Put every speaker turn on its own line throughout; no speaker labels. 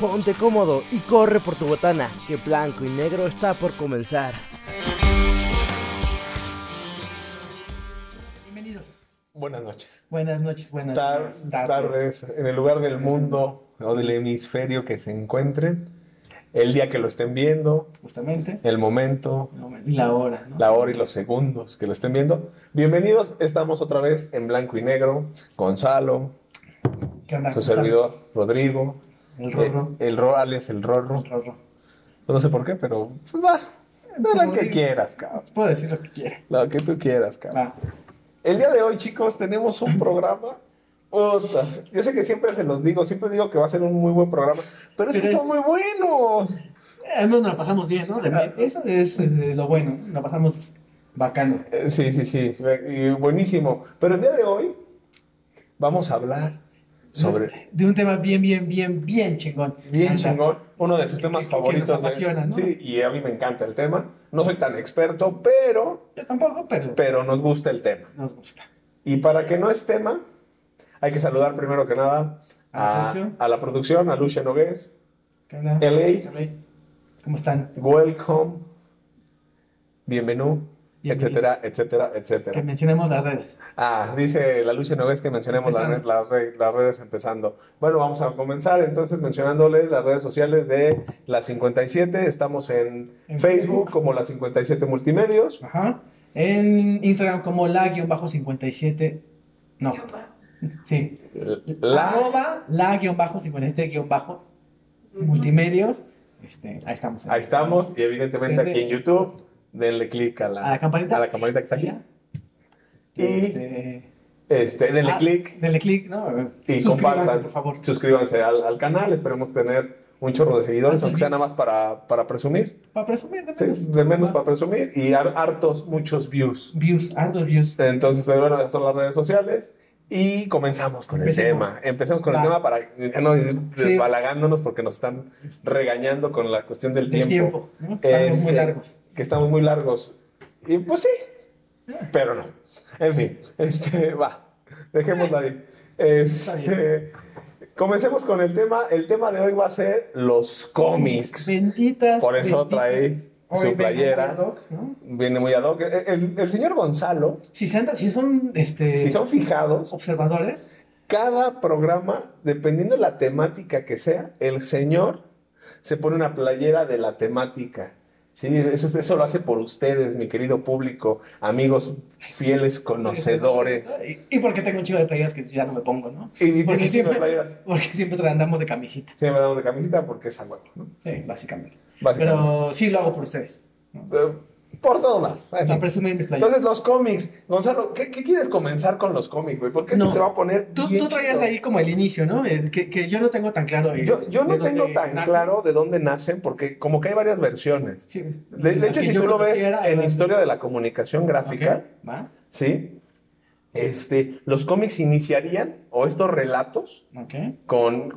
ponte cómodo y corre por tu botana, que blanco y negro está por comenzar.
Bienvenidos.
Buenas noches.
Buenas noches, buenas
Tar-
días,
tardes, en el lugar del mundo o del hemisferio que se encuentren, el día que lo estén viendo,
Justamente.
el momento,
No, y la hora, ¿no?
la hora y los segundos que lo estén viendo. Bienvenidos, estamos otra vez en blanco y negro, Gonzalo,
¿Qué onda?
su
¿Cómo
servidor Rodrigo,
están? El rorro.
eh, el Ro- alias el Rorro,
El rorro.
no sé por qué, pero pues, va, da lo que
Rodrigo.
quieras, cabrón,
Puedo decir lo que quiera.
lo que tú quieras, cabrón.
Va.
El día de hoy, chicos, tenemos un programa. Puta, yo sé que siempre se los digo, siempre digo que va a ser un muy buen programa, pero es que
Pero es-
son muy buenos.
Eh, Al menos nos la pasamos bien, ¿no? De-
Ah.
Eso es eh, lo bueno. Nos la pasamos bacano.
Eh, Sí, sí, sí, eh, y buenísimo. Pero el día de hoy vamos a hablar sobre
De un tema bien, bien, bien, bien chingón.
bien
Anda.
chingón, uno de sus
Que-
temas
que- que nos
favoritos. de-
apasiona, ¿no?
Sí, y a mí me encanta el tema. No soy tan experto, pero,
Yo tampoco, pero
pero nos gusta el tema.
nos gusta.
Y para que no es tema, hay que saludar primero que nada
¿A la
a,
producción?
a la producción, a Lucia Nogués.
¿Qué onda?
LA.
¿Cómo están?
welcome, bienvenido,
Bienvenido.
etcétera, etcétera,
Que
etcétera.
mencionemos las redes.
Ah, dice la Lucia Nogués que mencionemos las, red-
Empezando.
las re- las redes empezando. Bueno, vamos a comenzar entonces mencionándoles las redes sociales de La 57. Estamos en,
En
Facebook como La 57 Multimedios.
Ajá. En Instagram como la-57. No. Sí.
La,
Arroba la-57-multimedios. Este, ahí estamos.
ahí estamos y evidentemente aquí en YouTube. Denle clic a la,
A la campanita.
a la campanita que está aquí.
Mira.
Y
Este,
este, denle
ah,
clic
Denle clic, ¿no?
Y
Suscríbanse,
compartan,
por favor.
suscríbanse al, al canal, esperemos tener un chorro de seguidores,
Antes
aunque sea
views.
nada más para, para presumir,
Para presumir, de
sí,
menos.
de menos para presumir y har- hartos, muchos views.
Views, hartos views.
Entonces, bueno, esas son las redes sociales y comenzamos con
Empecemos.
el tema. Empecemos con
Va.
el tema para ya no ir desbalagándonos porque nos están regañando con la cuestión del
Del tiempo.
tiempo,
¿no? Que estamos
Este,
muy largos.
que estamos muy largos. Y pues sí,
Ah.
pero no. En fin, este, va, dejémosla ahí.
Está
Este, Comencemos con el tema. El tema de hoy va a ser los cómics.
Benditas.
Por eso
benditas.
trae
Hoy
su
vengo
playera.
ad hoc, ¿no?
Viene muy ad hoc. El, el- el señor Gonzalo,
Si, se anda- si son este,
si son fijados,
observadores,
cada programa, dependiendo la temática que sea, el señor se pone una playera de la temática. Sí, eso, eso lo hace por ustedes, mi querido público, amigos fieles conocedores.
Y, y porque tengo un chico de playeras que ya no me pongo, ¿no?
Y, y
Porque
tiene siempre
siempre-
playeras.
Porque siempre tra- andamos de camisita.
Siempre damos de camiseta porque es algo,
Sí, básicamente.
básicamente.
Pero sí lo hago por ustedes.
Eh, por todos lados. En
Para
fin.
presumir mis playeras.
Entonces, los cómics. Gonzalo, ¿qué, qué quieres comenzar con los cómics, güey? Porque esto
No.
se va a poner.
Tú,
bien
tú traías
chido.
ahí como el inicio, ¿no? Es que, que yo no tengo tan claro. eh,
Yo, yo
de
no
dónde
tengo tan
nace.
claro de dónde nacen, porque como que hay varias versiones.
Sí.
De, de
La
hecho,
que
si
yo
tú lo ves
conociera era
en
la-
Historia de la Comunicación Gráfica,
Ok, va,
¿sí? Este, los cómics iniciarían, o estos relatos,
ok.
con,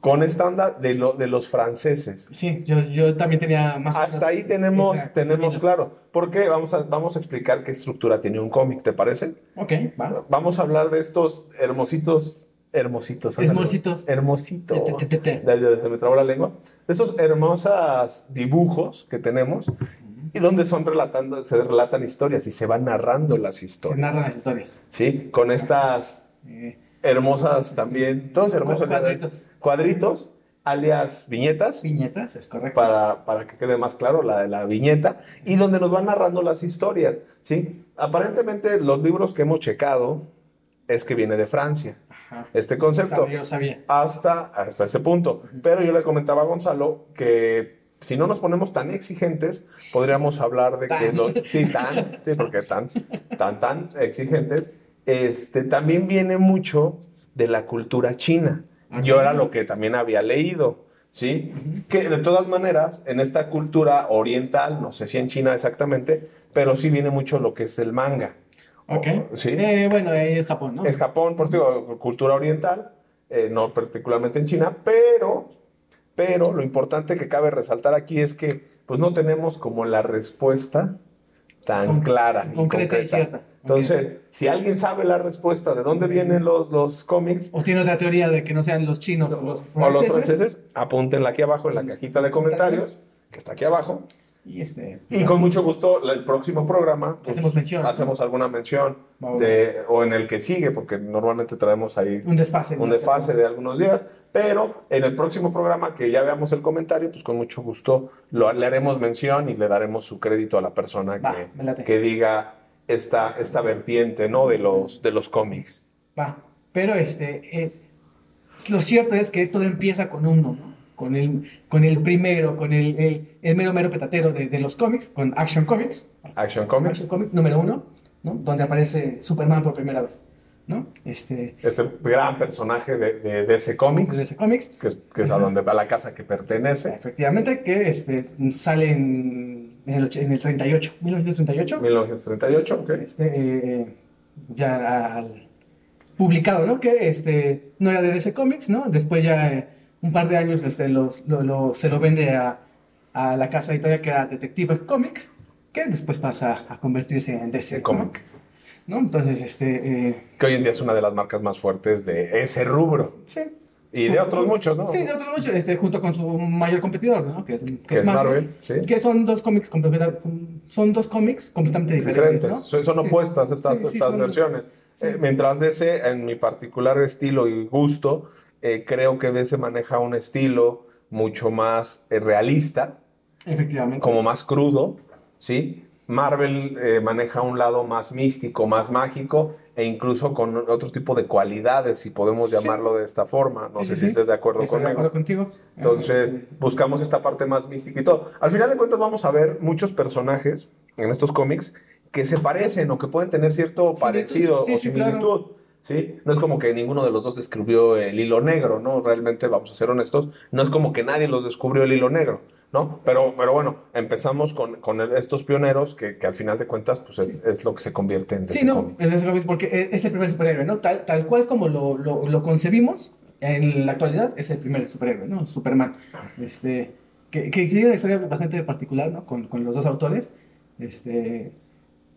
con esta onda de, lo, de los franceses.
Sí, yo, yo también tenía más. o menos
Hasta ahí tenemos,
esa-
tenemos
esa
claro. Porque vamos a, vamos a explicar qué estructura tiene un cómic, ¿te parece?
línea. Ok, va.
Vamos a hablar de estos hermositos, hermositos. ándale.
Esmorcitos.
Hermositos.
Te- te- te- te.
Ya, ya, se me trabó la lengua. De estos hermosos dibujos que tenemos y donde son relatando, se relatan historias y se van narrando las
Se
historias.
narran las historias.
Sí, con estas
Eh,
hermosas también, todos hermosos
Cuadritos.
cuadritos, alias viñetas.
Viñetas, es correcto.
Para, para que quede más claro la, la viñeta y donde nos van narrando las historias, ¿sí? Aparentemente los libros que hemos checado es que viene de Francia
Ajá.
este concepto
Yo sabía.
hasta, hasta ese punto. Pero yo le comentaba a Gonzalo que si no nos ponemos tan exigentes, podríamos hablar de que
Tan.
lo- sí, tan, sí, porque tan, tan, tan exigentes, este, también viene mucho de la cultura china. Yo
Ajá.
era lo que también había leído, ¿sí?
Ujú.
Que de todas maneras, en esta cultura oriental, no sé si en China exactamente, pero sí viene mucho lo que es el manga.
Ok.
Oh, Sí.
Eh, bueno, ahí es Japón, ¿no?
Es Japón, por digo, cultura oriental, eh, no particularmente en China, pero, pero lo importante que cabe resaltar aquí es que pues no tenemos como la respuesta tan
Con-
clara y
Concreta y cierta. Ok.
Entonces, si alguien sabe la respuesta de dónde vienen los, los cómics
O tiene otra teoría de que no sean los chinos o los
o los
franceses.
franceses, apúntenla aquí abajo en la cajita de comentarios, que está aquí abajo.
Y este.
Y con mucho gusto, la- el próximo programa pues,
Hacemos mención.
hacemos alguna mención
Va, va, va.
de, o en el que sigue, porque normalmente traemos ahí
Un desfase.
un desfase de algunos días. Pero en el próximo programa que ya veamos el comentario, pues con mucho gusto lo, le haremos mención y le daremos su crédito a la persona
Va,
que,
me late.
que diga esta, esta vertiente ¿no? de, los, de los cómics.
Va. Pero este. eh, lo cierto es que todo empieza con uno, ¿no? Con el, con el primero, con el, el, el mero mero petatero de, de los cómics, con Action Comics,
Action Comics.
Action Comics número uno, ¿no? Donde aparece Superman por primera vez, ¿no? Este,
Este gran personaje de, de, de ese cómics,
de ese cómics.
que es, que es a donde va la casa que pertenece.
Efectivamente, que este, sale en, en el, och- en el 38, 1938,
1938, ok.
este, eh, eh, ya al- publicado, ¿no? Que este, no era de DC Comics, ¿no? Después ya eh, un par de años este, los, lo, lo- se lo vende a, a la casa editorial que era Detective Comic, que después pasa a convertirse en DC
Ese
¿no?
cómic,
¿no? Entonces, este, eh,
que hoy en día es una de las marcas más fuertes de ese rubro.
sí.
Y de otros muchos, ¿no?
Sí, de otros muchos, este, junto con su mayor competidor, ¿no? Que es, que
Que es Marvel, sí.
Que son dos cómics completa- son dos cómics completamente diferentes,
diferentes.
¿no?
Son, son
Sí.
opuestas estas,
Sí, sí,
estas
son-
versiones.
sí.
Eh, mientras DC, en mi particular estilo y gusto, eh, creo que DC maneja un estilo mucho más eh, realista,
Efectivamente.
como más crudo, ¿sí? Marvel eh, maneja un lado más místico, más mágico e incluso con otro tipo de cualidades, si podemos
Sí.
llamarlo de esta forma. No
Sí, sí,
sé si
sí.
estés de acuerdo
Estoy de
conmigo.
acuerdo contigo.
Entonces,
Eh,
buscamos esta parte más mística y todo. Al final de cuentas, vamos a ver muchos personajes en estos cómics que se parecen o que pueden tener cierto
Similitud.
parecido
Sí,
o
sí, claro.
similitud. ¿sí? No es como que ninguno de los dos descubrió el hilo negro, ¿no? Realmente, vamos a ser honestos, no es como que nadie los descubrió el hilo negro. ¿No? Pero, pero bueno, empezamos con, con el- estos pioneros que, que al final de cuentas pues es, es lo que se convierte en
Sí,
DC
no,
Comics.
es DC Comics porque eh, es- es el primer superhéroe, ¿no? Tal, tal cual como lo, lo, lo concebimos en la actualidad, es el primer superhéroe, ¿no? Superman. Este, que, que tiene una historia bastante particular, ¿no? Con, con los dos autores. Este, eh,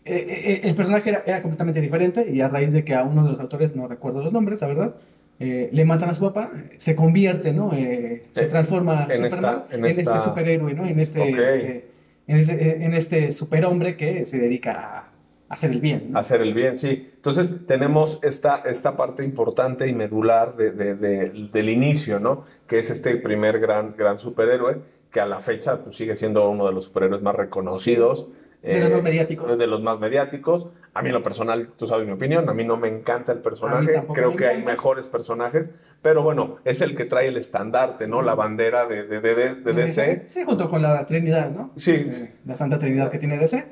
eh, el personaje era, era completamente diferente y a raíz de que a uno de los autores, no recuerdo los nombres, la verdad, eh, le matan a su papá, se convierte, ¿no? Eh, se
Eh,
transforma
en
Superman
esta- en
en este
esta-
superhéroe, ¿no? En este,
Ok.
este- en este, en este superhombre que se dedica a hacer el bien, ¿no?
Hacer el bien, sí. Entonces tenemos esta, esta parte importante y medular de- de- de- del inicio, ¿no? Que es este primer gran, gran superhéroe, que a la fecha pues, sigue siendo uno de los superhéroes más reconocidos. eh,
De los más mediáticos.
De los más mediáticos. A mí en lo personal, tú sabes mi opinión, a mí no me encanta el
A mí
personaje,
tampoco
creo
me
que hay
encanta.
mejores personajes, pero bueno, es el que trae el estandarte, ¿no? La bandera de, de, de- de- de DC,
Sí, junto con la Trinidad, ¿no?
Sí.
Este, la Santa Trinidad que tiene DC,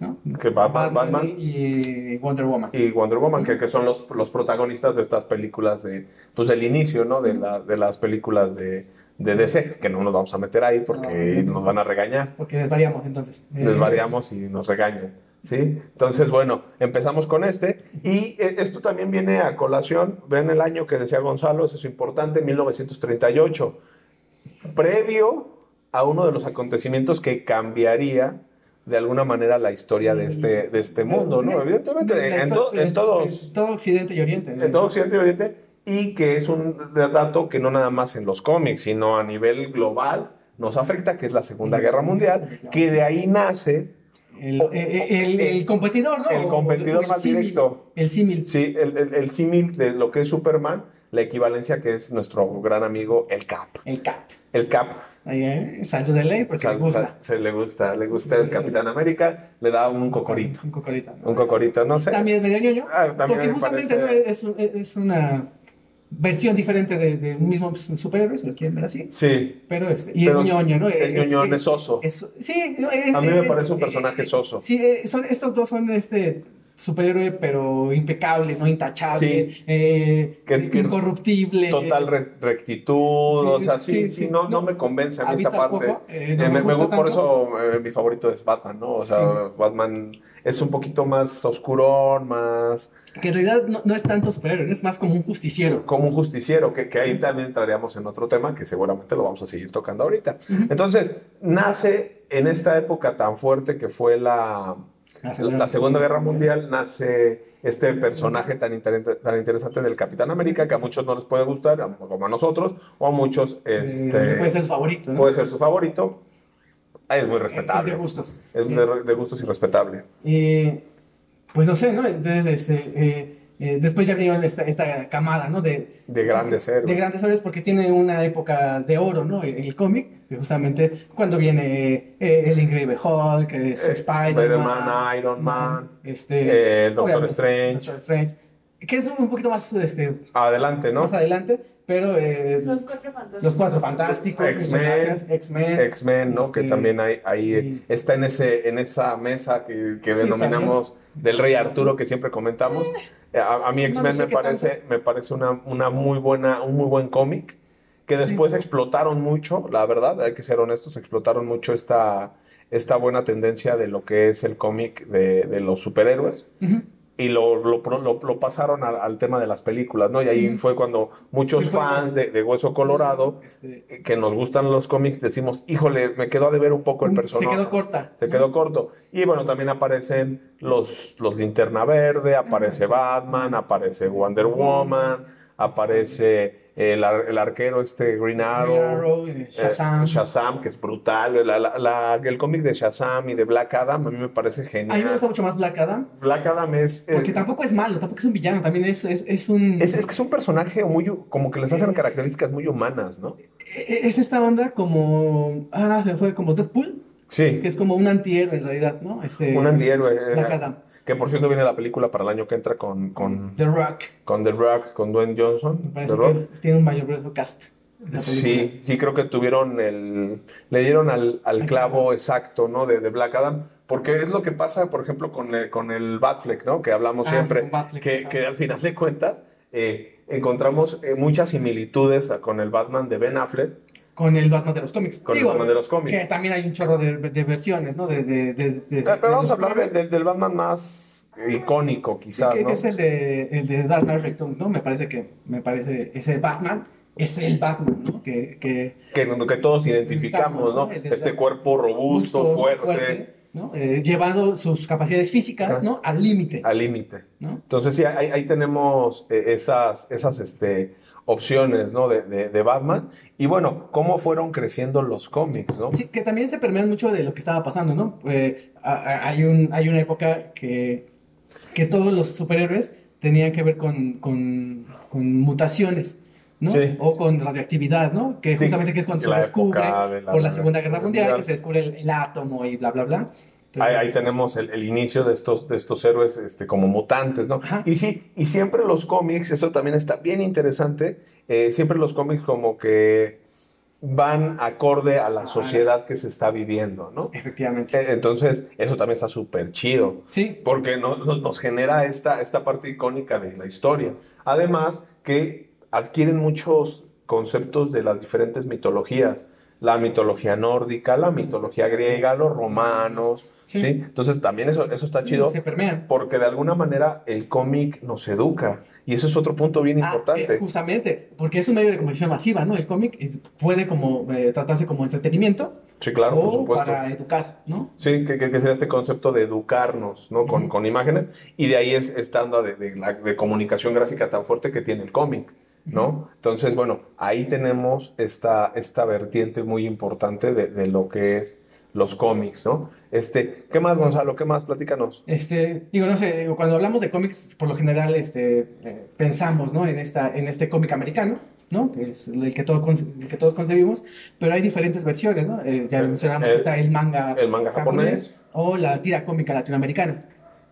¿no?
que va va- Batman,
y Wonder Woman.
y Wonder Woman, que, que son los, los protagonistas de estas películas de, pues el inicio, ¿no? De, la- de las películas de, de DC, que no nos vamos a meter ahí porque
No.
nos van a regañar,
Porque desvariamos entonces. Eh,
les variamos y nos regañan, ¿sí? Entonces, bueno, empezamos con este y eh, esto también viene a colación, ven el año que decía Gonzalo, eso es importante, 1938, previo a uno de los acontecimientos que cambiaría de alguna manera la historia de este, de este mundo, ¿no? Evidentemente,
Eh, la
en,
histo-
to- en todos
en todo Occidente y Oriente.
en todo Occidente y Oriente, y que es un dato que no nada más en los cómics, sino a nivel global nos afecta, que es la Segunda Guerra Mundial, que de ahí nace
El, el, el- el competidor, ¿no?
el competidor
El
más
símil,
directo.
El símil.
sí, el, el- el símil de lo que es Superman, la equivalencia que es nuestro gran amigo, el Cap.
El cap.
El Cap
Ahí, ¿eh? Salud de ley porque
sal-
le gusta.
sal- se le gusta, le gusta el
Sí, sí.
Capitán América, le da un cocorito,
Un cocorito. ¿no?
un cocorito, no sé.
También es medio ñoño.
Ah, también
porque
me
justamente
parece-
¿no? es, un- es una versión diferente de, de un mismo superhéroe, si lo quieren ver así.
Sí,
Pero este, y
Pero
es ñoño, ¿no?
el
Eh, eh,
ñoñón
eh,
es oso.
es- sí, no, es-
A mí me
eh,
parece un
eh,
personaje
eh,
soso.
Sí, eh, son, estos dos son este superhéroe, pero impecable, ¿no? Intachable,
Sí.
eh,
Que- que-
incorruptible.
Total re- rectitud,
Sí,
o sea, sí,
sí,
sí,
sí.
no, no
No,
me convence a mí
A mí
esta parte.
tampoco, eh, no
Eh,
me
me- me
gusta
gu- por
tanto.
eso eh, mi favorito es Batman, ¿no? O sea,
Sí.
Batman es un poquito más oscurón, más
Que en realidad no, no es tanto superhéroe, es más como un justiciero.
como un justiciero, que, que ahí también entraríamos en otro tema que seguramente lo vamos a seguir tocando ahorita.
Ujú.
Entonces, nace en esta época tan fuerte que fue la,
La Segunda-
la Segunda Guerra Mundial nace este personaje tan, inter- tan interesante del Capitán América, que a muchos no les puede gustar, a- como a nosotros, o a muchos
Eh,
este,
puede ser su favorito, ¿no? Eh,
puede ser su favorito. Ah, Es muy
Es de
respetable.
gustos.
Es
Eh,
de, de gustos y respetable.
Eh, pues no sé, ¿no? Entonces, este, eh, eh, después ya vino esta, esta camada, ¿no? De,
De grandes héroes.
de grandes héroes porque tiene una época de oro, ¿no? El, el cómic, justamente cuando viene eh, el Increíble Hulk, es
Eh,
Spider-Man,
Spider-Man, Iron Man,
este,
Eh, el Doctor
obviamente,
Strange.
Doctor Strange, que es un, un poquito más, este,
Adelante, ¿no?
más adelante, pero eh, los,
Los cuatro fantásticos.
Cuatro Fantásticos, muchas
X-Men.
gracias, X-Men,
X-Men, ¿no?
Este,
Que también hay, ahí eh,
sí.
está en ese, en esa mesa que, que
Sí,
denominamos del Rey Arturo que siempre comentamos. Eh, A, a mí X-Men
no sé
me
qué
parece, me parece una, una muy buena, un muy buen cómic que
Sí.
después explotaron mucho, la verdad, hay que ser honestos, explotaron mucho esta, esta buena tendencia de lo que es el cómic de, de los superhéroes
Ujú.
y lo, lo, pro- lo- lo pasaron al, al tema de las películas, ¿no? Y ahí
Ujú.
fue cuando muchos
Sí, fue-
fans de, de Hueso Colorado
Este,
que nos gustan los cómics, decimos, híjole, me quedó a deber un poco el
un-
personaje.
Mm, se quedó corta.
Se
¿no?
quedó corto. Y bueno, también aparecen los, los Linterna Verde, aparece
sí.
Batman, aparece Wonder Woman, aparece eh, el, ar- el arquero este Green Arrow,
Green Arrow, eh,
eh,
Shazam.
Shazam, que es brutal. La- la- la- el cómic de Shazam y de Black Adam a mí me parece
A mí me
genial.
gusta mucho más Black Adam,
Black Adam es... eh,
porque tampoco es malo, tampoco es un villano, también es, es, es un...
es, es que es un personaje muy, hu- como que les hacen características muy humanas, ¿no?
e- es esta onda como... Ah, se me fue como Deadpool,
Sí,
que es como un antihéroe en realidad, ¿no? Este,
un antihéroe. eh,
Black Adam,
Que por cierto viene la película para el año que entra con, con,
The Rock,
con The Rock, con Dwayne
me
Johnson.
parece
The Rock.
que tiene un mayor cast. en la película.
Sí, sí, creo que tuvieron el. Le dieron al, al clavo exacto, ¿no? De, de Black Adam. Porque es lo que pasa, por ejemplo, con el, con el Batfleck, ¿no? Que hablamos
Ah,
siempre.
con Batfleck,
Que,
ajá.
que al final de cuentas eh, encontramos eh, muchas similitudes a- con el Batman de Ben Affleck,
Con el Batman de los cómics.
con
Digo,
el Batman de los cómics.
que también hay un chorro de, de versiones, ¿no? De, de, de, de- de
Ah, Pero vamos
los
a hablar de-
primeros.
de- del Batman más icónico,
Sí,
quizás,
que, que
¿no?
es el de, el de Dark Knight Returns, ¿no? Me parece que me parece ese Batman es el Batman, ¿no? Que, que
Que, que todos identificamos, ¿no?
¿no? El de-
Este cuerpo robusto, fuerte.
¿no? Eh, llevando sus capacidades físicas, ¿no? Al límite,
al límite.
¿no?
Entonces, sí, ahí, ahí tenemos eh, esas, esas este, opciones, ¿no? De, de- de Batman. Y bueno, cómo fueron creciendo los cómics, ¿no?
Sí, que también se permean mucho de lo que estaba pasando, ¿no? Eh, a- a- hay un hay una época que que todos los superhéroes tenían que ver con con, con mutaciones, ¿no?
Sí.
O con radioactividad, ¿no? Que
Sí,
justamente que es cuando se
la
descubre
época de la
por la Segunda Guerra Mundial, que
Mundial.
se descubre el, el átomo y bla, bla, bla.
Ahí, ahí tenemos el, el inicio de estos, de estos héroes este, como mutantes, ¿no?
Ajá.
Y sí, y siempre los cómics, eso también está bien interesante, eh, siempre los cómics como que van acorde a la
Ah.
sociedad que se está viviendo, ¿no?
Efectivamente.
Eh, Entonces, eso también está súper chido.
Sí,
porque no- no- nos genera esta, esta parte icónica de la historia. Además, que adquieren muchos conceptos de las diferentes mitologías, la mitología nórdica, la mitología griega, los romanos,
Sí.
¿sí? Entonces, también eso, eso está
sí,
chido,
se permean.
porque de alguna manera el cómic nos educa, y eso es otro punto bien
Ah, eh,
importante.
justamente, porque es un medio de comunicación masiva, ¿no? El cómic eh, puede como eh, tratarse como entretenimiento
Sí, claro, por
o
supuesto.
Oh, para educar, ¿no?
Sí, que, que, que sería este concepto de educarnos, ¿no? Con,
Ujú.
con imágenes, y de ahí es esta onda de, de la- de comunicación gráfica tan fuerte que tiene el cómic, ¿no? Entonces, bueno, ahí tenemos esta, esta vertiente muy importante de, de lo que es los cómics, ¿no? Este, ¿qué más, Gonzalo? ¿Qué más? Platícanos.
Este, digo, no sé, digo, cuando hablamos de cómics, por lo general, este, eh, pensamos, ¿no? En esta, en este cómic americano, ¿no? Que Es el que, todo conce- el que todos concebimos, pero hay diferentes versiones, ¿no? Eh, ya
El-
mencionamos,
el-
está el manga
El manga japonés,
o la tira cómica latinoamericana.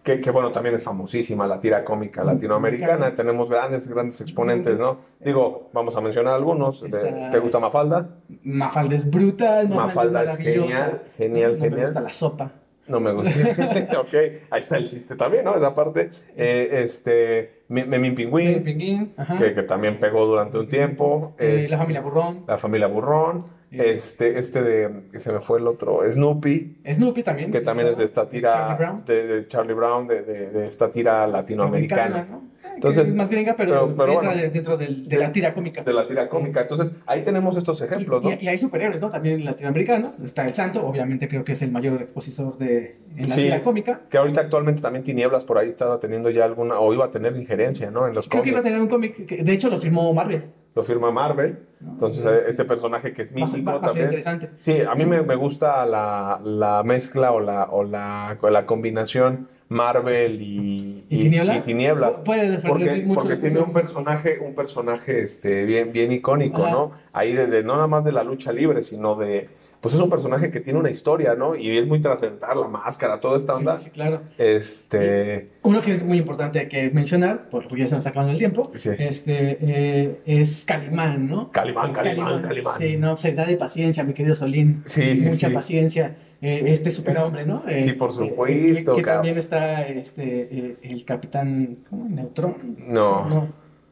que, que, bueno, también es famosísima, la tira cómica latinoamericana. Tenemos grandes, grandes exponentes, ¿no? Digo, vamos a mencionar algunos. de-
Está-
¿Te gusta Mafalda?
Mafalda es brutal, Mafalda
Mafalda
es
es
maravillosa.
genial, genial,
No me
genial.
gusta la sopa.
No me gusta. ok, ahí está el chiste también, ¿no? Esa parte. Eh, este, Mi- Memín
Pinguín,
Pingüín,
Pinguín, ajá.
que, que también pegó durante un tiempo.
Eh,
es-
la familia Burrón.
La familia Burrón.
Eh.
Este, este de, que se me fue el otro, Snoopy,
Snoopy también.
que
sí,
también es de esta tira,
Charlie Brown.
de, de Charlie Brown, de, de- de esta tira latinoamericana.
Americana, ¿no? Eh,
Entonces,
que es más gringa, pero,
pero- pero
entra
bueno.
de- dentro del- de,
De-
la tira cómica.
de la tira cómica. Entonces, ahí tenemos estos ejemplos,
y,
¿no?
y- y hay superhéroes, ¿no? También latinoamericanos. Está el Santo, obviamente creo que es el mayor expositor de, en la
Sí.
tira cómica.
Que ahorita actualmente también Tinieblas por ahí estaba teniendo ya alguna, o iba a tener injerencia, ¿no? En los
Creo que iba a
cómics.
tener un cómic, que de hecho lo firmó Marvel.
Lo firma Marvel.
¿no?
Entonces, eh, este personaje que es
va a ser- va-
mítico
va a ser
también.
interesante.
Sí, a mí me, me gusta la, la mezcla o la, o la, o la combinación Marvel y,
¿Y Tinieblas?
y Tinieblas.
Pu- Puede
Porque,
defender mucho.
porque tiene un personaje, un personaje este, bien, bien icónico,
Ajá.
¿no? Ahí de, de- no nada más de la lucha libre, sino de. Pues es un personaje que tiene una historia, ¿no? Y es muy trascendental, la máscara, toda esta
Sí,
onda.
sí, sí, claro.
Este.
Uno que es muy importante que mencionar, por- porque ya se nos acabó el tiempo,
Sí.
este, eh, es Calimán, ¿no?
Calimán, Calimán, Calimán.
Sí, no, seriedad de paciencia, mi querido Solín.
Sí, sí,
Mucha
sí.
paciencia. eh, este superhombre, ¿no? Eh,
Sí, por
eh,
supuesto,
que, que
cabrón.
también está este, eh, el capitán, ¿cómo? Neutrón.
No, no,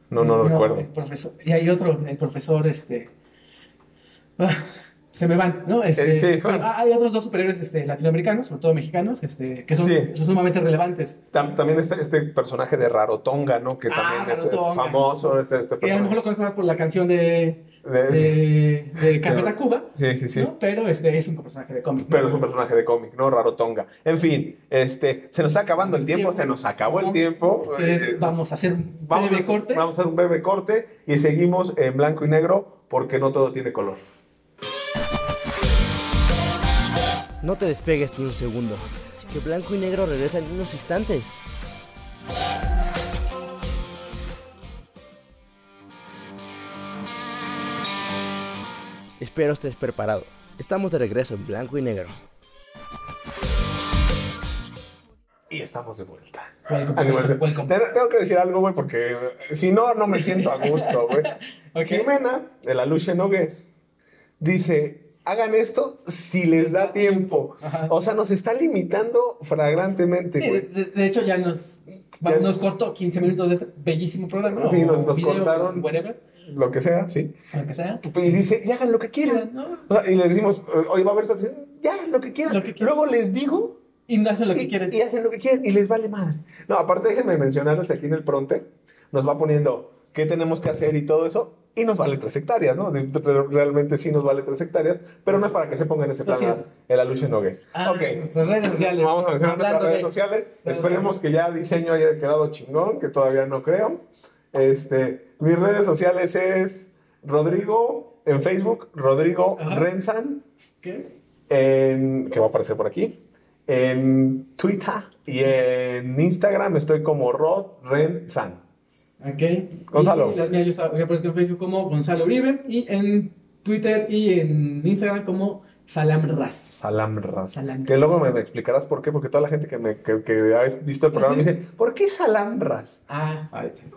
no, lo recuerdo.
el profesor- y hay otro, el profesor, este. ah, se me van, ¿no? Este,
Eh, sí, Juan.
pero Hay otros dos superhéroes este, latinoamericanos, sobre todo mexicanos, este, que son,
Sí.
son sumamente relevantes.
Tam- también está este personaje de Rarotonga, ¿no? Que
Ah,
también es, es
Rarotonga.
famoso. Este, este
Que a lo mejor lo
personaje.
conozco más por la canción de,
De-
de, de Café
Sí.
Tacuba,
Sí, sí, sí.
¿no? Pero este es un personaje de cómic. ¿no?
Pero es un personaje de cómic, ¿no? Rarotonga. En fin, este, se nos está acabando el tiempo, se nos acabó el tiempo. Eh,
Entonces vamos a hacer un
vamos
breve
a-
corte.
Vamos a hacer un breve corte y seguimos en blanco y negro porque no todo tiene color.
No te despegues ni un segundo, que blanco y negro regresan en unos instantes. Espero estés preparado. Estamos de regreso en blanco y negro.
Y estamos de vuelta.
Welcome,
Animal-
welcome, welcome.
Te- Tengo que decir algo, güey, porque eh, si no, no me siento a gusto, güey.
Ok.
Jimena, de la Luche Nogues, dice, hagan esto si les da tiempo.
Ajá.
O sea, nos está limitando flagrantemente,
Sí,
güey.
de, de hecho ya nos,
Ya-
nos cortó 15 minutos de este bellísimo programa.
Sí,
o
nos- nos cortaron.
Whatever,
Lo que sea, sí.
lo que sea.
Y dice, y hagan lo que quieran.
¿no?
O sea, y le decimos, eh, hoy va a haber esta sesión, ya, lo que quieran.
Lo que quieran.
Luego les digo
Y hacen lo que
y,
quieren.
y hacen lo que quieren y les vale madre. No, aparte déjenme mencionarles que aquí en el pronter, nos va poniendo qué tenemos que hacer y todo eso, y nos vale tres hectáreas, ¿no? De- de- Realmente sí nos vale tres hectáreas, pero no es para que se pongan ese plan
Lo siento.
el Aluche Nogues.
Ah,
ok.
nuestras redes sociales.
Vamos a mencionar nuestras
Hablando
redes
de-
sociales.
redes
Esperemos que ya el diseño haya quedado chingón, que todavía no creo. Este, mis redes sociales es Rodrigo en Facebook, Rodrigo
Ajá.
Renzan
¿Qué?
en- que va a aparecer por aquí, en Twitter y en Instagram estoy como Rod Ren San.
Ok.
Gonzalo.
Y las mías yo estaba- yo aparezco en Facebook como Gonzalo Uribe y en Twitter y en Instagram como Salam Raz.
Salam Raz.
Salam
Que luego me, me explicarás por qué, porque toda la gente que, me, que, que ha visto el programa me dice, ¿por qué Salam Raz?
Ah,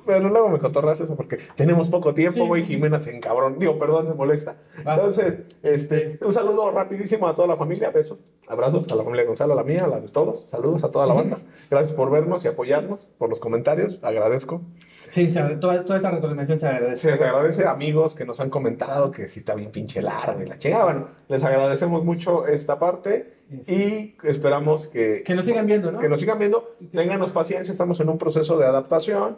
Pero luego me cotorras eso porque tenemos poco tiempo,
Sí.
güey, Jimena se encabrón. Digo, perdón, me molesta.
Va.
Entonces, este, un saludo rapidísimo a toda la familia, besos, abrazos a la familia de Gonzalo, a la mía, a la de todos, saludos a toda la banda. Gracias por vernos y apoyarnos, por los comentarios, agradezco.
sí, se agra- toda, toda esta retroalimentación se
Se
agradece.
les agradece amigos que nos han comentado que sí está bien pinche largo y la chingada. Bueno, les agradecemos mucho esta parte y esperamos que,
Este, Que nos sigan viendo, ¿no?
que nos sigan viendo. Ténganos paciencia, estamos en un proceso de adaptación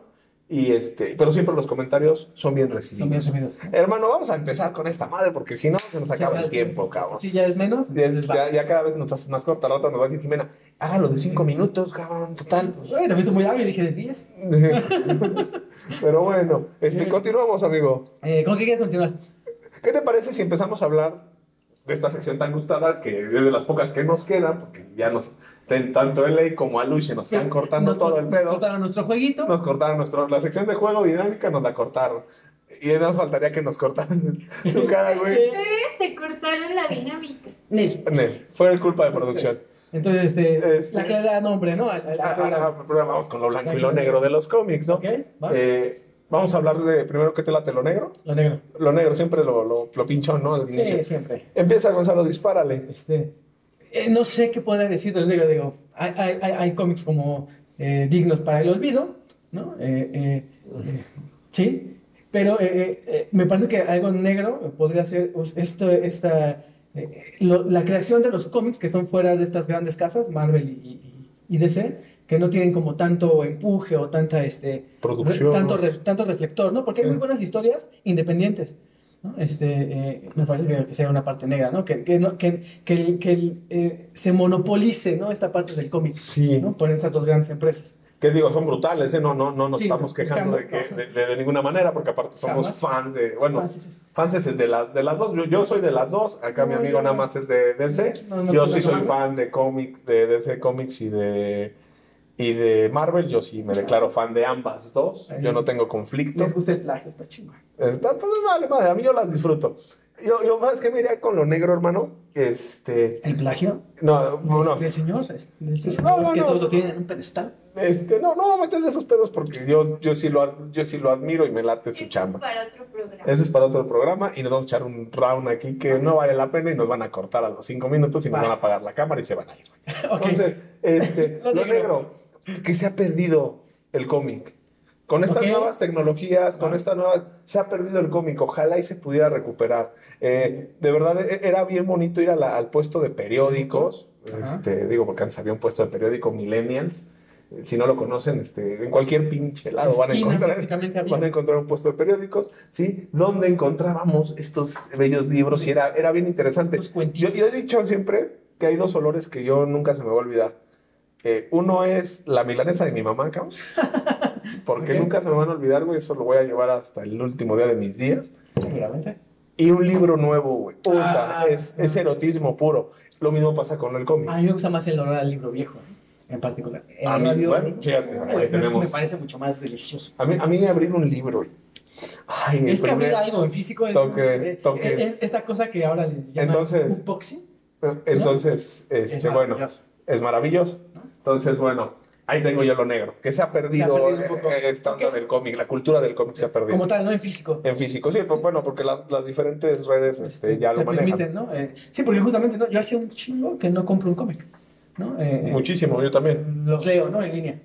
y este, pero siempre los comentarios son bien recibidos.
Son bien subidos.
Hermano, vamos a empezar con esta madre porque si no se nos acaba
va
el
el
tiempo, cabrón.
Si ya es menos,
Ya,
entonces va.
ya- ya cada vez nos haces más corta rata, nos va a decir Jimena, hágalo de cinco minutos, cabrón, total.
Ay, te fuiste muy hábil, dije de 10.
Pero bueno, este,
Sí.
continuamos, amigo.
Eh, ¿Con qué quieres continuar?
¿Qué te parece si empezamos a hablar de esta sección tan gustada, que es de las pocas que nos quedan, porque ya nos, ten- tanto L como Aluche nos están cortando
Nos
todo
cort-
el
Nos
pedo,
cortaron nuestro jueguito.
nos cortaron nuestro, la sección de juego dinámica nos la cortaron, y nos faltaría que nos cortaran su cara, güey.
Ustedes se cortaron la dinámica.
Eh, Nel.
Nel, fue culpa de producción.
Entonces, este,
Este-
la que le da nombre, ¿no? Al, al- al
Ah,
programa.
ah, ah, vamos con lo blanco y lo negro de los cómics, ¿no?
Ok, va.
Eh, vamos a hablar de primero que te late lo negro.
Lo negro.
Lo negro siempre lo, lo, lo pinchón, ¿no? Al
Sí,
inicio.
siempre.
Empieza Gonzalo, dispárale.
Este, eh, no sé qué podría decir del negro. Digo, hay, hay, hay, hay cómics como eh, dignos para el olvido, ¿no? Eh, eh, eh, sí, pero eh, eh, eh, me parece que algo negro podría ser pues, esto, esta, eh, lo- la creación de los cómics que son fuera de estas grandes casas, Marvel y, y- y DC, que no tienen como tanto empuje o tanta, este,
Producción.
tanto,
¿no?
re- tanto reflector, ¿no? Porque hay
Sí.
muy buenas historias independientes, ¿no? Este, eh, me parece que- que sea una parte negra, ¿no? Que, que, no- que, que el- que el, eh, se monopolice, ¿no? Esta parte del cómic,
Sí.
¿no? Por esas dos grandes empresas.
Que digo, son brutales, ¿eh? no, no, no nos
Sí,
estamos
no,
quejando de,
nunca,
que,
no.
de, de- de ninguna manera, porque aparte somos
Jamás.
fans de, bueno,
Entonces,
fans es de, las de las dos, yo, yo soy de las dos, acá mi
No,
amigo
yo-
nada más es de DC,
no, no,
yo
no,
sí
no,
soy
no.
fan de cómic, de DC Comics y de, y de Marvel, yo sí me declaro fan de ambas dos, yo no tengo conflicto.
Les gusta el plagio, está chingón.
Está, pues, vale, madre, a mí yo las disfruto. Yo, yo más que me iría con lo negro, hermano, este,
¿El plagio?
no, no,
Del señor, es- del señor
No, no,
que
no.
todos lo tienen en un pedestal.
este, no, no voy a meterle esos pedos porque yo, yo, sí lo, ad- yo sí lo admiro y me late
Eso
su
es
chamba.
para otro programa.
Eso es para otro programa y nos vamos a echar un round aquí que no vale la pena y nos van a cortar a los cinco minutos y nos
Va.
van a apagar la cámara y se van a ir. güey.
Ok.
Entonces, este, lo,
Lo
negro,
negro.
que se ha perdido el cómic. Con estas
Ok.
nuevas tecnologías, con
Va.
esta nueva... Se ha perdido el cómic, ojalá y se pudiera recuperar. Eh, de verdad, e- era bien bonito ir a la- al puesto de periódicos,
Ajá.
este, digo, porque antes había un puesto de periódico Millennials. Eh, Si no lo conocen, este, en cualquier pinche lado van a
Esquina
encontrar
prácticamente había.
van a encontrar un puesto de periódicos, ¿sí? Donde encontrábamos estos bellos libros y era, era bien interesante.
Estos
Yo,
cuentitos.
yo he dicho siempre que hay dos olores que yo nunca se me va a olvidar. Eh, uno es la milanesa de mi mamá, cabrón, porque
Ok.
nunca se me van a olvidar, güey, eso lo voy a llevar hasta el último día de mis días.
Seguramente.
Y un libro nuevo, güey. Puta,
Ah,
es,
ah.
es erotismo puro. Lo mismo pasa con el cómic.
A mí me gusta más el olor al libro viejo, ¿eh? en particular. El
A mí,
olor
bueno,
viejo,
fíjate, ahí
güey, me-
tenemos.
Me parece mucho más delicioso.
A mí, a mí abrir un libro, güey. Ay, el
Es que abrir
primer-
algo en físico es,
pues, toque-
eh,
toques.
eh, es esta cosa que ahora le llaman
Entonces,
unboxing.
Entonces,
Es
este, bueno,
maravilloso.
es maravilloso.
¿No?
Entonces, bueno, ahí tengo yo lo negro, que se ha perdido,
perdido un poco.
eh, esta onda
Ok.
del cómic, la cultura del cómic se ha perdido.
Como tal, no en físico.
En físico, sí, pues bueno, porque las, las diferentes redes este, ya lo
te
manejan.
permiten, ¿no? Eh, sí, porque justamente ¿no? yo hacía un chingo que no compro un cómic. ¿no? Eh, eh,
Muchísimo, yo también.
Los leo, ¿no? En línea.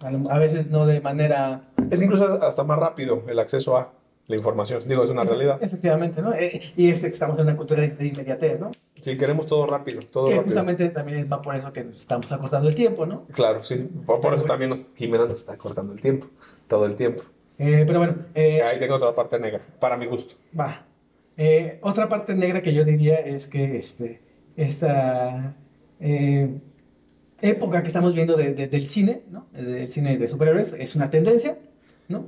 A, lo- a veces no de manera...
Es incluso hasta más rápido el acceso a la información. Digo, es una realidad.
Efectivamente, ¿no? Eh, y este que estamos en una cultura de- de inmediatez, ¿no?
Sí, queremos todo rápido, todo
Que
rápido.
justamente también va por eso que nos estamos acortando el tiempo, ¿no?
Claro, sí. Por, por eso también nos, Jimena nos está cortando el tiempo, todo el tiempo.
Eh, pero bueno, eh,
Ahí tengo otra parte negra, para mi gusto.
va. Eh, otra parte negra que yo diría es que este, esta eh, época que estamos viendo de- de- del cine, ¿no? Eh, Del cine de superhéroes es una tendencia, ¿no?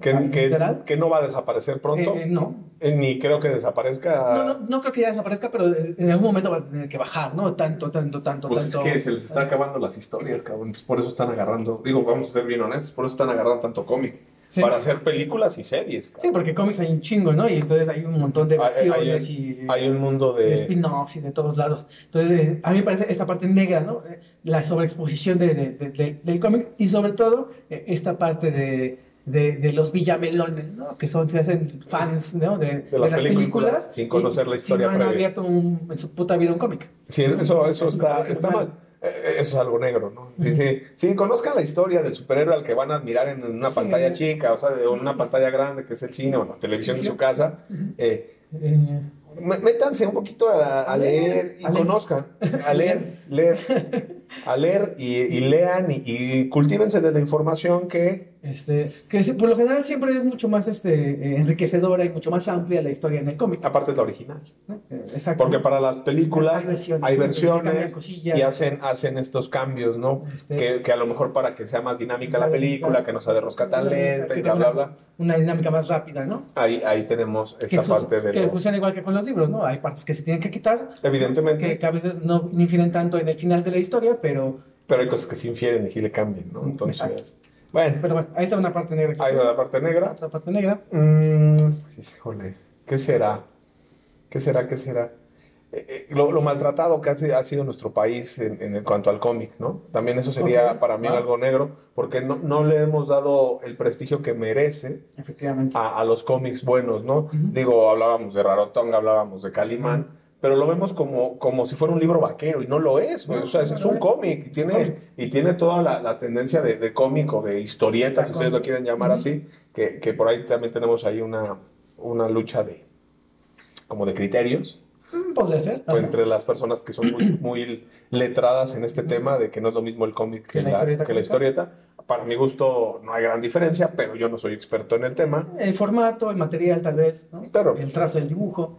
Que,
Ah,
que-
literal.
que no va a desaparecer pronto,
Eh, eh, no.
eh, ni creo que desaparezca.
No, no, no creo que ya desaparezca, pero eh, en algún momento va a tener que bajar, ¿no? Tanto, tanto, tanto,
Pues es
tanto.
que se les está acabando las historias, cabrón. Entonces, por eso están agarrando, digo, vamos a ser bien honestos, por eso están agarrando tanto cómic.
Sí.
Para hacer películas y series,
Sí,
cabrón.
porque cómics hay un chingo, ¿no? Y entonces hay un montón de
Hay- hay-
versiones y...
Hay un mundo
de
de.
spin-offs y de todos lados. Entonces, eh, a mí me parece esta parte negra, ¿no? Eh, La sobreexposición de- de- de- de- del cómic y sobre todo eh, esta parte de, de- de los villamelones, ¿no? Que son, se hacen fans, ¿no? De, de
las
las,
películas,
películas,
sin conocer
y-
la historia
si no han
previa.
abierto un- en su puta vida un cómic.
Sí, eso, eso
Eso me
está,
parece
está
mal.
mal. Eh, Eso es algo negro, ¿no? Sí, sí. Sí, conozcan la historia del superhéroe al que van a admirar en una
Sí.
pantalla chica, o sea, de una pantalla grande que es el cine o la televisión
Sí,
de
sí.
su casa. Eh,
Eh,
M- Métanse un poquito a, a
A leer,
leer y
a leer.
conozcan, a leer, leer, a leer y, y lean y, y cultívense de la información que...
este, que se- por lo general siempre es mucho más este, eh, enriquecedora y mucho más amplia la historia en el cómic.
Aparte es la original.
¿no? Eh, Exacto.
Porque para las películas
Hay versiones,
hay
¿no?
versiones
Cambian cosillas.
y hacen, hacen estos cambios, ¿no?
Este-
Que, que a lo mejor para que sea más dinámica la película, que no sea de rosca tan lenta
Que
y bla,
tenga
bla,
una-
bla.
Una dinámica más rápida, ¿no?
Ahí, ahí tenemos
que,
esta
sus-
parte de...
que
lo-
funciona igual que con los libros, ¿no? Hay partes que se tienen que quitar, que,
Evidentemente,
que a veces no infieren tanto en el final de la historia, pero,
pero hay cosas que se infieren y sí le cambian, ¿no? Entonces, bueno,
pero bueno, ahí está una parte negra.
ahí va la parte negra.
Otra parte negra.
Mm, híjole, ¿qué será? ¿Qué será? ¿Qué será? Eh, eh, lo, lo maltratado que ha, si- ha sido nuestro país en, en cuanto al cómic, ¿no? También eso sería
Ok,
para mí
va.
algo negro, porque no, no le hemos dado el prestigio que merece
Efectivamente.
a, a los cómics buenos, ¿no?
Ujú.
Digo, hablábamos de Rarotonga, hablábamos de Calimán,
Ujú.
pero lo vemos como, como si fuera un libro vaquero y no lo es, güey.
No,
o sea, es,
no
es
lo
un
es.
cómic y
Es un
tiene,
cómic.
y tiene toda la, la tendencia de, de cómic o de historieta,
De
si ustedes lo
cómic.
quieren llamar
Ujú.
así, que, que por ahí también tenemos ahí una, una lucha de como de criterios,
Mm, Podría ser.
o
ajá.
entre las personas que son muy, muy letradas en este tema de que no es lo mismo el cómic que
¿Que la
la,
historieta
que la
cómica?
historieta. Para mi gusto no hay gran diferencia, pero yo no soy experto en el tema.
El formato, el material, tal vez, ¿no?
Claro.
El trazo del dibujo,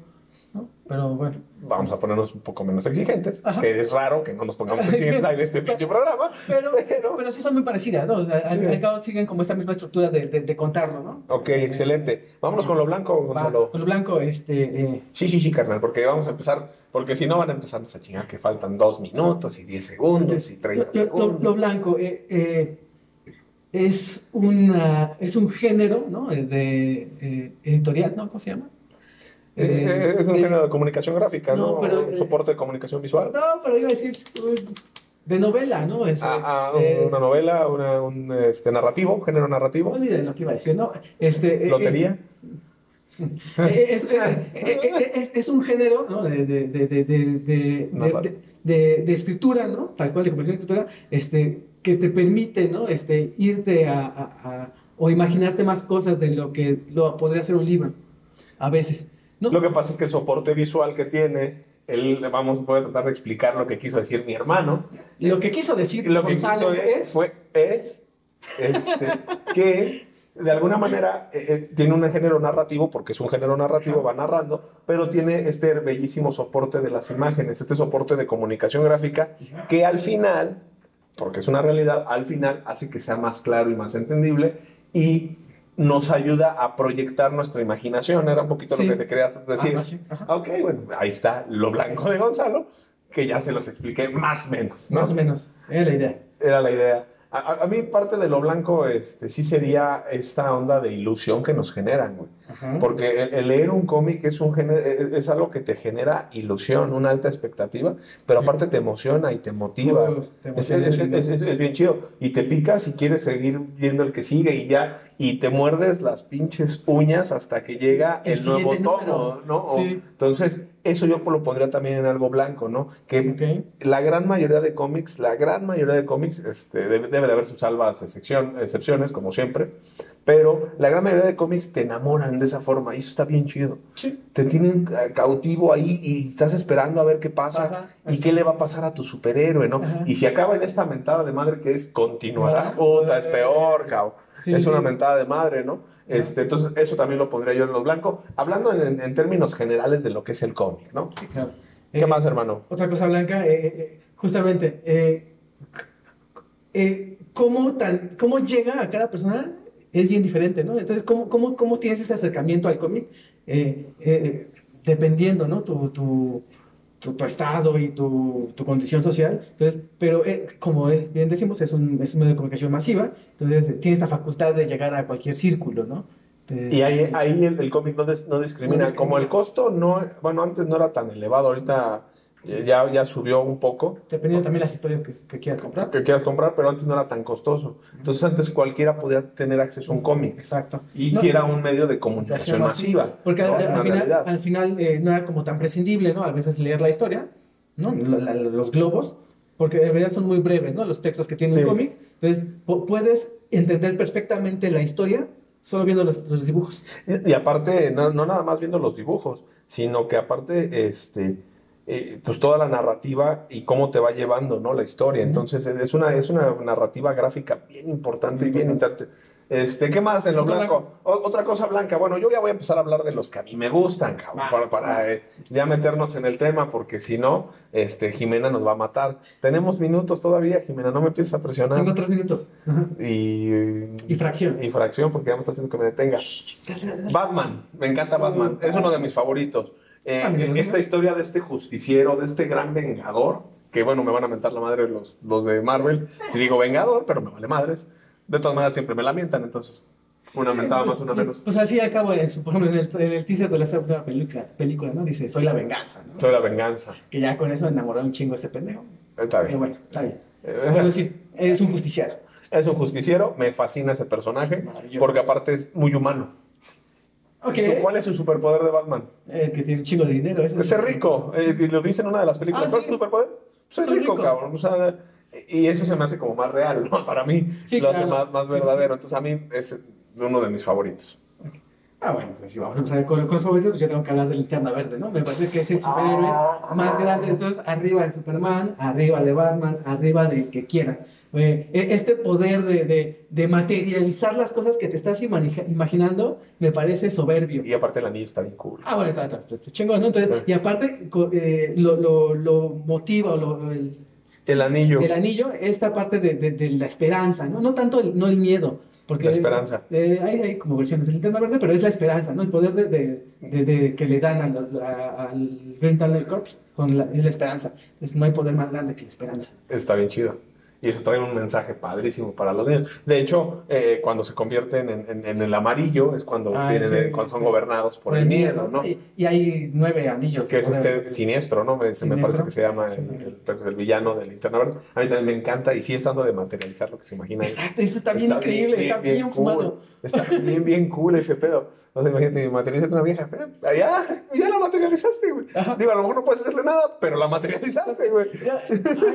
¿no? Pero bueno.
Vamos a ponernos un poco menos exigentes,
Ajá.
que es raro que no nos pongamos exigentes en este pinche programa,
Pero,
pero...
pero sí son muy parecidas, ¿no? O sea, al
Sí.
al cabo siguen como esta misma estructura de, de, de contarlo, ¿no?
Ok, excelente. Vámonos con lo blanco,
Va,
Gonzalo.
con lo blanco, este. eh,
Sí, sí, sí, carnal, porque vamos a empezar, porque si no van a empezarnos a chingar que faltan dos minutos y 10 segundos y
Lo,
30
lo-
segundos.
lo blanco eh, eh, es, una, es un género ¿no? Eh, de eh, editorial, ¿no? ¿Cómo se llama?
Eh,
Eh,
eh, es un
de-
género de comunicación gráfica, ¿no?
No, pero,
un
eh, este,
soporte de comunicación visual.
No, pero iba a decir eh, de novela, ¿no? Es,
Ah, ah,
eh,
una novela, una- un este, narrativo, un género
no
narrativo,
olviden lo que iba a decir, ¿no? Este, eh,
lotería.
eh, es, eh, eh, eh, es- es un género ¿no? de, de, de, de, de- de-
Narra-
de- de- de escritura, ¿no? Tal cual, de conversión de escritura, este, que te permite, ¿no? Este, irte a, a- a- o imaginarte más cosas de lo que lo podría ser un libro, a veces, ¿no?
Lo que pasa es que el soporte visual que tiene, él, vamos, voy a tratar de explicar lo que quiso decir mi hermano.
Lo que quiso decir
Lo que
Gonzalo
quiso de-
es,
fue, es este, que de alguna manera eh, eh, tiene un género narrativo, porque es un género narrativo, va narrando, pero tiene este bellísimo soporte de las imágenes, este soporte de comunicación gráfica, que al final, porque es una realidad, al final hace que sea más claro y más entendible y nos ayuda a proyectar nuestra imaginación. Era un poquito
Sí.
lo que te querías decir.
Ah, sí, ajá.
Ah, Ok, bueno, ahí está lo blanco de Gonzalo, que ya se los expliqué más o menos. ¿no?
más o menos, es la idea.
Era la idea. A, a- a mí parte de lo blanco este, sí sería esta onda de ilusión que nos generan, güey.
Ajá.
Porque el, el leer un cómic es, un gene- es- es algo que te genera ilusión, una alta expectativa, pero
Sí.
aparte te emociona y te motiva.
Uf, te
Es,
emociona
es-
el
es-
libro.
es- es bien chido. Y te picas y quieres seguir viendo el que sigue y ya. Y te muerdes las pinches uñas hasta que llega el,
El
nuevo
siguiente
tomo,
número.
¿no? O-
Sí.
Entonces, eso yo lo pondría también en algo blanco, ¿no? Que
Ok.
la gran mayoría de cómics, la gran mayoría de cómics, este, debe, debe de haber sus salvas excepción- excepciones, como siempre, pero la gran mayoría de cómics te enamoran de esa forma y eso está bien chido.
Sí,
Te tienen eh, cautivo ahí y estás esperando a ver qué pasa,
pasa,
y
así.
qué le va a pasar a tu superhéroe, ¿no?
Ajá.
Y si acaba en esta mentada de madre que es continuará,
Ajá.
puta, es peor, cabrón.
Sí,
es una
sí.
mentada de madre, ¿no? Este, entonces, eso también lo pondría yo en lo blanco, hablando en, en términos generales de lo que es el cómic, ¿no?
Sí, claro.
¿Qué
Eh,
más, hermano?
Otra cosa blanca, eh, eh, justamente, eh, eh, cómo, tan, cómo llega a cada persona es bien diferente, ¿no? Entonces, ¿cómo, cómo, cómo tienes ese acercamiento al cómic? Eh, eh, dependiendo, ¿no? Tu, tu, tu, tu estado y tu, tu condición social. Entonces, pero eh, como es, bien decimos, es un, es un medio de comunicación masiva, entonces eh, tiene esta facultad de llegar a cualquier círculo, ¿no? Entonces,
Y ahí,
este,
ahí el, el cómic no, dis- no discrimina.
No discrimina.
Como el costo no, bueno, antes no era tan elevado, ahorita eh, ya, ya subió un poco.
Dependiendo también las historias que, que quieras comprar.
Que quieras comprar, pero antes no era tan costoso. Entonces antes cualquiera podía tener acceso a un cómic.
Exacto.
Y
No,
si era un medio de comunicación
Comunicación masiva.
masiva.
Porque
¿no?
al,
Es
al
una
final,
realidad.
al final, eh, no era como tan prescindible, ¿no? A veces leer la historia, ¿no? Lo- la- los globos, porque en realidad son muy breves, ¿no? Los textos que tiene
Sí.
un cómic. Entonces, po- puedes entender perfectamente la historia solo viendo los, los dibujos.
Y, y aparte, no, no nada más viendo los dibujos, sino que aparte, este, eh, pues toda la narrativa y cómo te va llevando, ¿no? La historia.
Ujú.
Entonces, es una, es una narrativa gráfica bien importante y bien interesante. Este, ¿qué más en lo
Otra
blanco? O- otra cosa blanca. Bueno, yo ya voy a empezar a hablar de los que a mí me gustan, cabrón,
Va,
para, para, eh, ya meternos en el tema, porque si no, este, Jimena nos va a matar. Tenemos minutos todavía, Jimena, no me empieces a presionar.
Tengo tres minutos. Ajá.
Y,
Y fracción.
y fracción, porque ya me está haciendo que me detenga. Batman, me encanta Batman, es uno de mis favoritos. Eh,
Ah, mira, mira.
esta historia de este justiciero, de este gran vengador, que bueno, me van a mentar la madre los, los de Marvel, si digo vengador, pero me vale madres. De todas maneras, siempre me la mientan, entonces, una mentada más, una menos.
Pues al fin y al cabo, en, su- por ejemplo, en el, en el teaser de la segunda película, película, ¿no? Dice, soy la venganza, ¿no?
Soy la venganza.
Que ya con eso enamoró un chingo a ese pendejo.
Está
Pero
bien.
bueno, está bien. Pero
Eh,
sí, es un justiciero.
Es un justiciero, me fascina ese personaje,
Maravilloso.
porque aparte es muy humano.
Ok.
Su- ¿Cuál es su superpoder de Batman?
Eh, que tiene un chingo de dinero. ese
Es
es-
ser rico. eh, y lo dice en una de las películas.
Ah,
¿Cuál es
sí.
tu superpoder? Soy
Soy
rico,
rico.
cabrón. O sea, y eso se me hace como más real, ¿no? Para mí
Sí,
lo hace
claro.
más, más
Sí, sí, sí.
verdadero. Entonces, a mí es uno de mis favoritos.
Ah, bueno, entonces si vamos a empezar con, con los favoritos, pues yo tengo que hablar de Linterna Verde, ¿no? Me parece que es el superhéroe
Ah.
más grande. Entonces, arriba de Superman, arriba de Batman, arriba del que quiera. Eh, e- este poder de, de- de materializar las cosas que te estás imani- imaginando me parece soberbio.
Y aparte el anillo está bien cool.
Ah, bueno, está, está, está- está chingón, ¿no? Entonces,
Sí.
y aparte co- eh, lo, lo- lo motiva o lo, lo- el,
El anillo.
el anillo, esta parte de, de- de la esperanza, ¿no? No tanto el, no el miedo, porque
La esperanza.
eh, hay, hay como versiones del Linterna Verde, pero es la esperanza, ¿no? El poder de, de- de- de- que le dan a los- a- al Green Lantern Corps con la- es la esperanza. Entonces, no hay poder más grande que la esperanza.
Está bien chido. Y eso trae un mensaje padrísimo para los niños. De hecho, eh, cuando se convierten en, en- en el amarillo es cuando,
Ah,
tienen,
sí,
eh, cuando son
sí.
gobernados por, el miedo, ¿no?
Y, y hay nueve anillos.
Que es
¿no?
este siniestro, ¿no? Me, se me
Siniestro.
parece que se llama
Sí.
el, el- pues, el villano del Linterna Verde. A mí también me encanta y sí es algo de materializar lo que se imagina.
Exacto, esto está bien increíble, está bien, fumado.
cool. Está bien, bien cool ese pedo. O sea, imagínate, materializaste una vieja. pero Ya, ya la materializaste, güey.
Ajá.
Digo, a lo mejor no puedes hacerle nada, pero la materializaste, güey.
Mira,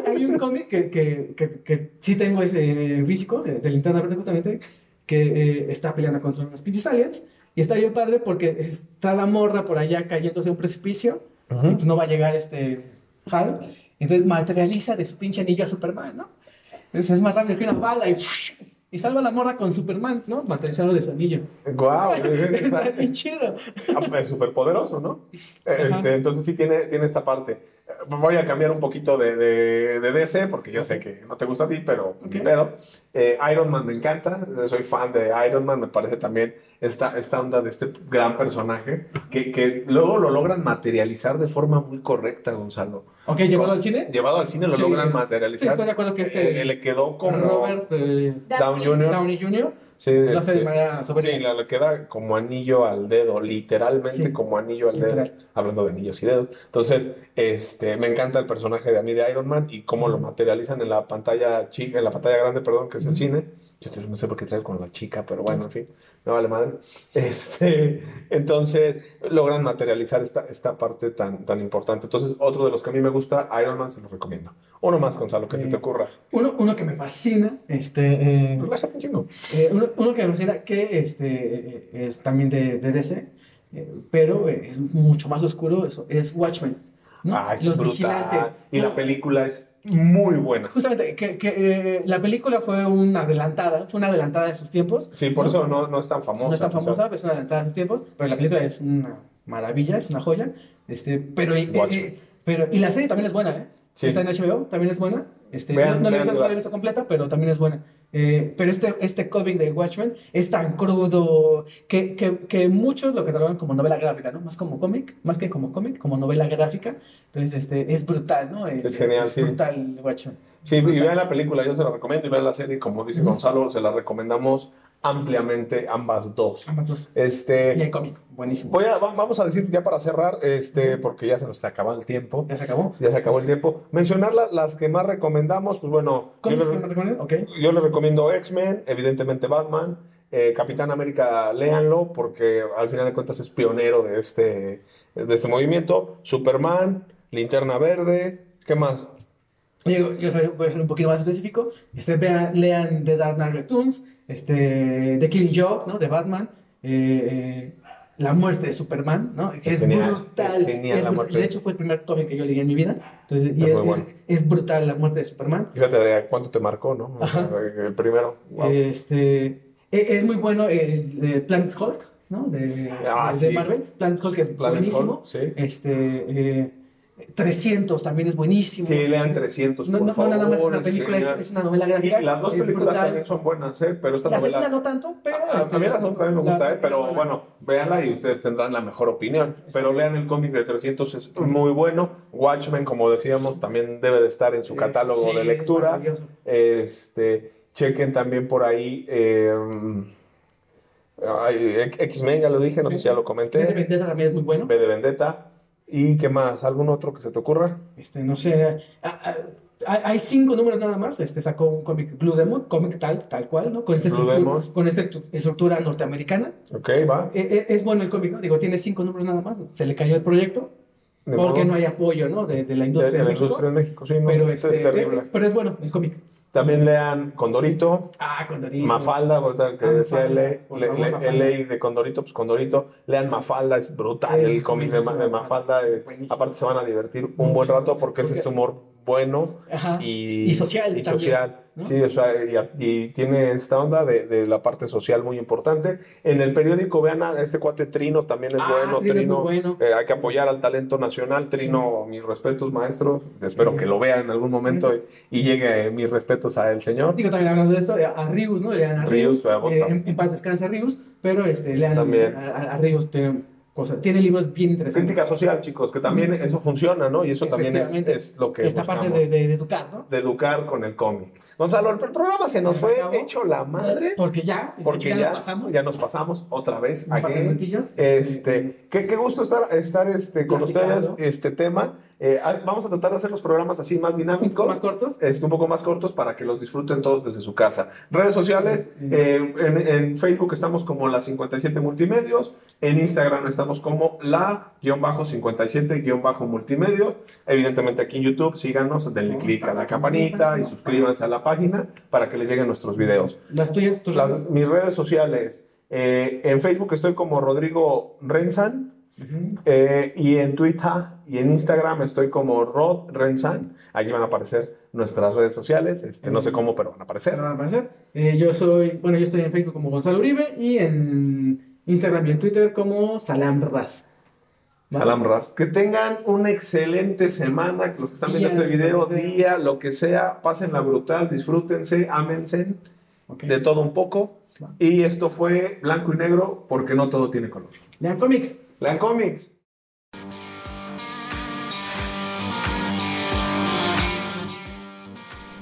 hay- Hay un cómic que, que, que, que sí tengo ese físico, eh, de Linterna Verde justamente, que eh, está peleando contra unos pinches aliens. Y está bien padre porque está la morra por allá cayéndose a un precipicio. Y pues no va a llegar este Hal. Entonces materializa de su pinche anillo a Superman, ¿no? Entonces es más rápido que una bala y, y salva a la morra con Superman, ¿no? Materializado de su anillo.
Guau,
Está
exacto.
bien chido.
Ah, pues, súper poderoso, ¿no?
Ajá.
Este, entonces sí tiene, tiene esta parte. Eh, Voy a cambiar un poquito de, de- de DC, porque yo sé que no te gusta a ti, pero ni
Ok.
pedo. Eh, Iron Man me encanta, eh, soy fan de Iron Man, me parece también esta, esta onda de este gran personaje, que, que luego lo logran materializar de forma muy correcta, Gonzalo.
Ok, llevado al cine.
Llevado al cine lo
Sí.
logran
Sí, estoy de
materializar.
acuerdo que
Eh,
este
le quedó como...
Robert eh,
Down Jr.
Downey Jr.
Sí,
lo hace de
este,
manera soberbia.
Sí, le, le queda como anillo al dedo, literalmente
Sí.
como anillo al dedo,
Literal.
hablando de anillos y dedos. Entonces, este, me encanta el personaje de a mí de Iron Man y cómo lo materializan en la pantalla chica, en la pantalla grande, perdón, que es el
Ujú.
cine. Yo te- no sé por qué traes con la chica, pero bueno, en fin, no vale madre. Este, entonces, logran materializar esta, esta parte tan, tan importante. Entonces, otro de los que a mí me gusta, Iron Man, se lo recomiendo. Uno más, Gonzalo, que se te
Sí.
ocurra.
Uno, uno que me fascina, este, eh,
Relájate un chingo.
eh, uno, uno que me fascina que este, eh, es también de, de DC, eh, pero eh, es mucho más oscuro, eso, es Watchmen. ¿no?
Ah, es
Los
brutal.
vigilantes.
Y la
No,
película es muy buena.
Justamente, que, que, eh, la película fue una adelantada, fue una adelantada de sus tiempos.
Sí, por eso no, no es tan famosa.
no es tan
quizá.
famosa, pero es una adelantada de sus tiempos, pero la película es una maravilla, es una joya. Este, pero, eh,
Watchmen.
eh, pero, y la serie también es buena, ¿eh?
Sí.
Está en HBO, también es buena. Este,
Vean,
no, no la he visto,
véanla.
no la he visto completa, pero también es buena. Eh, pero este, este cómic de Watchmen es tan crudo que, que, que muchos lo catalogan como novela gráfica, ¿no? Más como cómic, más que como cómic, como novela gráfica. Entonces, este, es brutal, ¿no? Eh,
Es genial, sí.
brutal Watchmen.
Sí, y vean la película, yo se la recomiendo, y vean la serie, como dice
Ujú.
Gonzalo, se la recomendamos ampliamente ambas dos.
Ambas dos. Y
Este,
el cómic, buenísimo.
voy a, va- vamos a decir ya para cerrar, este, porque ya se nos acaba el tiempo,
Ya se acabó.
ya se acabó el tiempo. Mencionar la- las que más recomendamos, pues bueno, yo
¿Cómics
le-
que me recomiendan? Ok.
Yo les recomiendo X-Men, evidentemente Batman, eh, Capitán América, léanlo, porque al final de cuentas es pionero de este, de este movimiento. Superman, Linterna Verde, ¿qué más?
Yo, yo soy- voy a ser un poquito más específico. Este, vean, lean The Dark Knight Returns, este, The Killing Joke, ¿no? De Batman, eh, eh, La muerte de Superman, ¿no? Que
Es
es
genial,
brutal.
es genial
es
la
brutal.
muerte.
De hecho, fue el primer cómic que yo leí en mi vida. Entonces, y
Es
es,
muy bueno.
es- es brutal la muerte de Superman.
Fíjate de cuánto te marcó, ¿no?
Ajá.
El primero. Wow.
Este, e- es muy bueno el, el Planet Hulk, ¿no? De,
Ah,
de- de
sí.
Marvel. Planet Hulk es
Planet
buenísimo.
Hulk, sí.
Este, eh, 300 también es buenísimo.
Sí, lean 300,
No,
Pues, por
no, no nada más es
favor,
una
es
película, es,
genial.
es una novela
Y
gráfica.
las dos
es
películas
brutal.
también son buenas, ¿eh? Pero esta
La
novela...
segunda no tanto, pero. este,
A, a mí la segunda también me
la-
gusta, ¿eh?
la
pero
primera-
bueno, véanla y ustedes tendrán la mejor opinión. Pero lean el cómic de 300, es muy bueno. Watchmen, como decíamos, también debe de estar en su
Eh,
catálogo
sí,
de lectura.
maravilloso.
Este, chequen también por ahí eh, ay, X- X-Men, ya lo dije, no
Sí.
sé si ya lo
Este de
comenté.
Vendetta también es muy bueno.
B de Vendetta. ¿Y qué más? ¿Algún otro que se te ocurra?
Este, no sé. a- a- hay- hay cinco números nada más. Este sacó un cómic Blue Demon, cómic tal, tal cual, ¿no? Con esta
Blue
estructura,
Demon.
con esta estru- estructura norteamericana.
Ok, va.
Eh, eh, es bueno el cómic, ¿no? Digo, tiene cinco números nada más. Se le cayó el proyecto
Ni
porque
modo.
no hay apoyo, ¿no? De, de la
De- de
industria.
la
en México.
industria en México, sí, no,
Pero,
este es
este, eh,
terrible.
eh, pero es bueno el cómic.
También lean Condorito,
Ah, Condorito.
Mafalda, ahorita que
Ah,
decía
Mafalda,
L-
por
le-
favor,
le-
Mafalda.
LA de Condorito, pues Condorito, lean Mafalda, es brutal
Sí,
el cómic de, Ma- de
buenísimo.
Mafalda. eh,
Buenísimo.
Aparte se van a divertir un
Mucho.
buen rato porque ese es
Porque-
tu humor bueno
Ajá.
y,
Y social
y
también,
social.
¿no?
Sí, o sea, y, a- y tiene esta onda de, de la parte social muy importante. En el periódico, vean a este cuate Trino, también es
Ah,
bueno.
Trino es muy
Trino,
bueno.
eh, hay que apoyar al talento nacional. Trino, mis respetos, maestro. Espero que lo vea en algún momento y, y llegue eh, mis respetos a el señor.
Digo, también hablando de esto, eh, a Rius, ¿no? Lean a
Rius,
Rius.
a Bota.
eh, en, en paz descansa Rius, pero este, lean
También.
a, a- a Rius. Tiene, cosas, tiene libros bien interesantes.
Crítica social, chicos, que también eso funciona, ¿no? Y eso también es,
Efectivamente.
es lo que
Esta parte
buscamos,
de, de- de educar, ¿no?
de educar con el cómic. Gonzalo, el programa se nos
Se
fue
acabó.
hecho la madre
Porque ya,
porque
ya,
ya,
lo pasamos.
ya nos pasamos otra vez.
un par de
again.
minutillos.
Este, qué, qué gusto estar, estar este, con
Platicando.
ustedes este tema. Eh, ah, vamos a tratar de hacer los programas así más
un poco
dinámicos,
más cortos.
este, un poco más cortos para que los disfruten todos desde su casa. Redes sociales, eh, en, en Facebook estamos como la 57 Multimedios, en Instagram estamos como la-57-multimedio. Evidentemente aquí en YouTube síganos,
Oh.
denle clic a la campanita y suscríbanse a la página para que les lleguen nuestros videos.
Las tuyas, tus
Las- mis redes sociales. eh, en Facebook estoy como Rodrigo Renzan. eh, y en Twitter y en Instagram estoy como Rod Renzan. Allí van a aparecer nuestras redes sociales. Este, no sé cómo, pero van a aparecer.
Nada más, ¿eh? Eh, yo soy, bueno, yo estoy en Facebook como Gonzalo Uribe y en Instagram y en Twitter como Salam Raz. ¿Va?
Salam Ras. Que tengan una excelente semana. que Los que están viendo
Día,
este video,
lo que sea.
día, lo que sea, pásenla brutal, disfrútense, ámense
Ok.
de todo un poco.
Va.
Y esto fue blanco y negro porque no todo tiene color.
Lean cómics.
Lean cómics.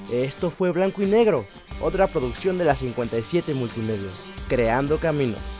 Esto fue Blanco y Negro, otra producción de la 57 Multimedios, creando caminos.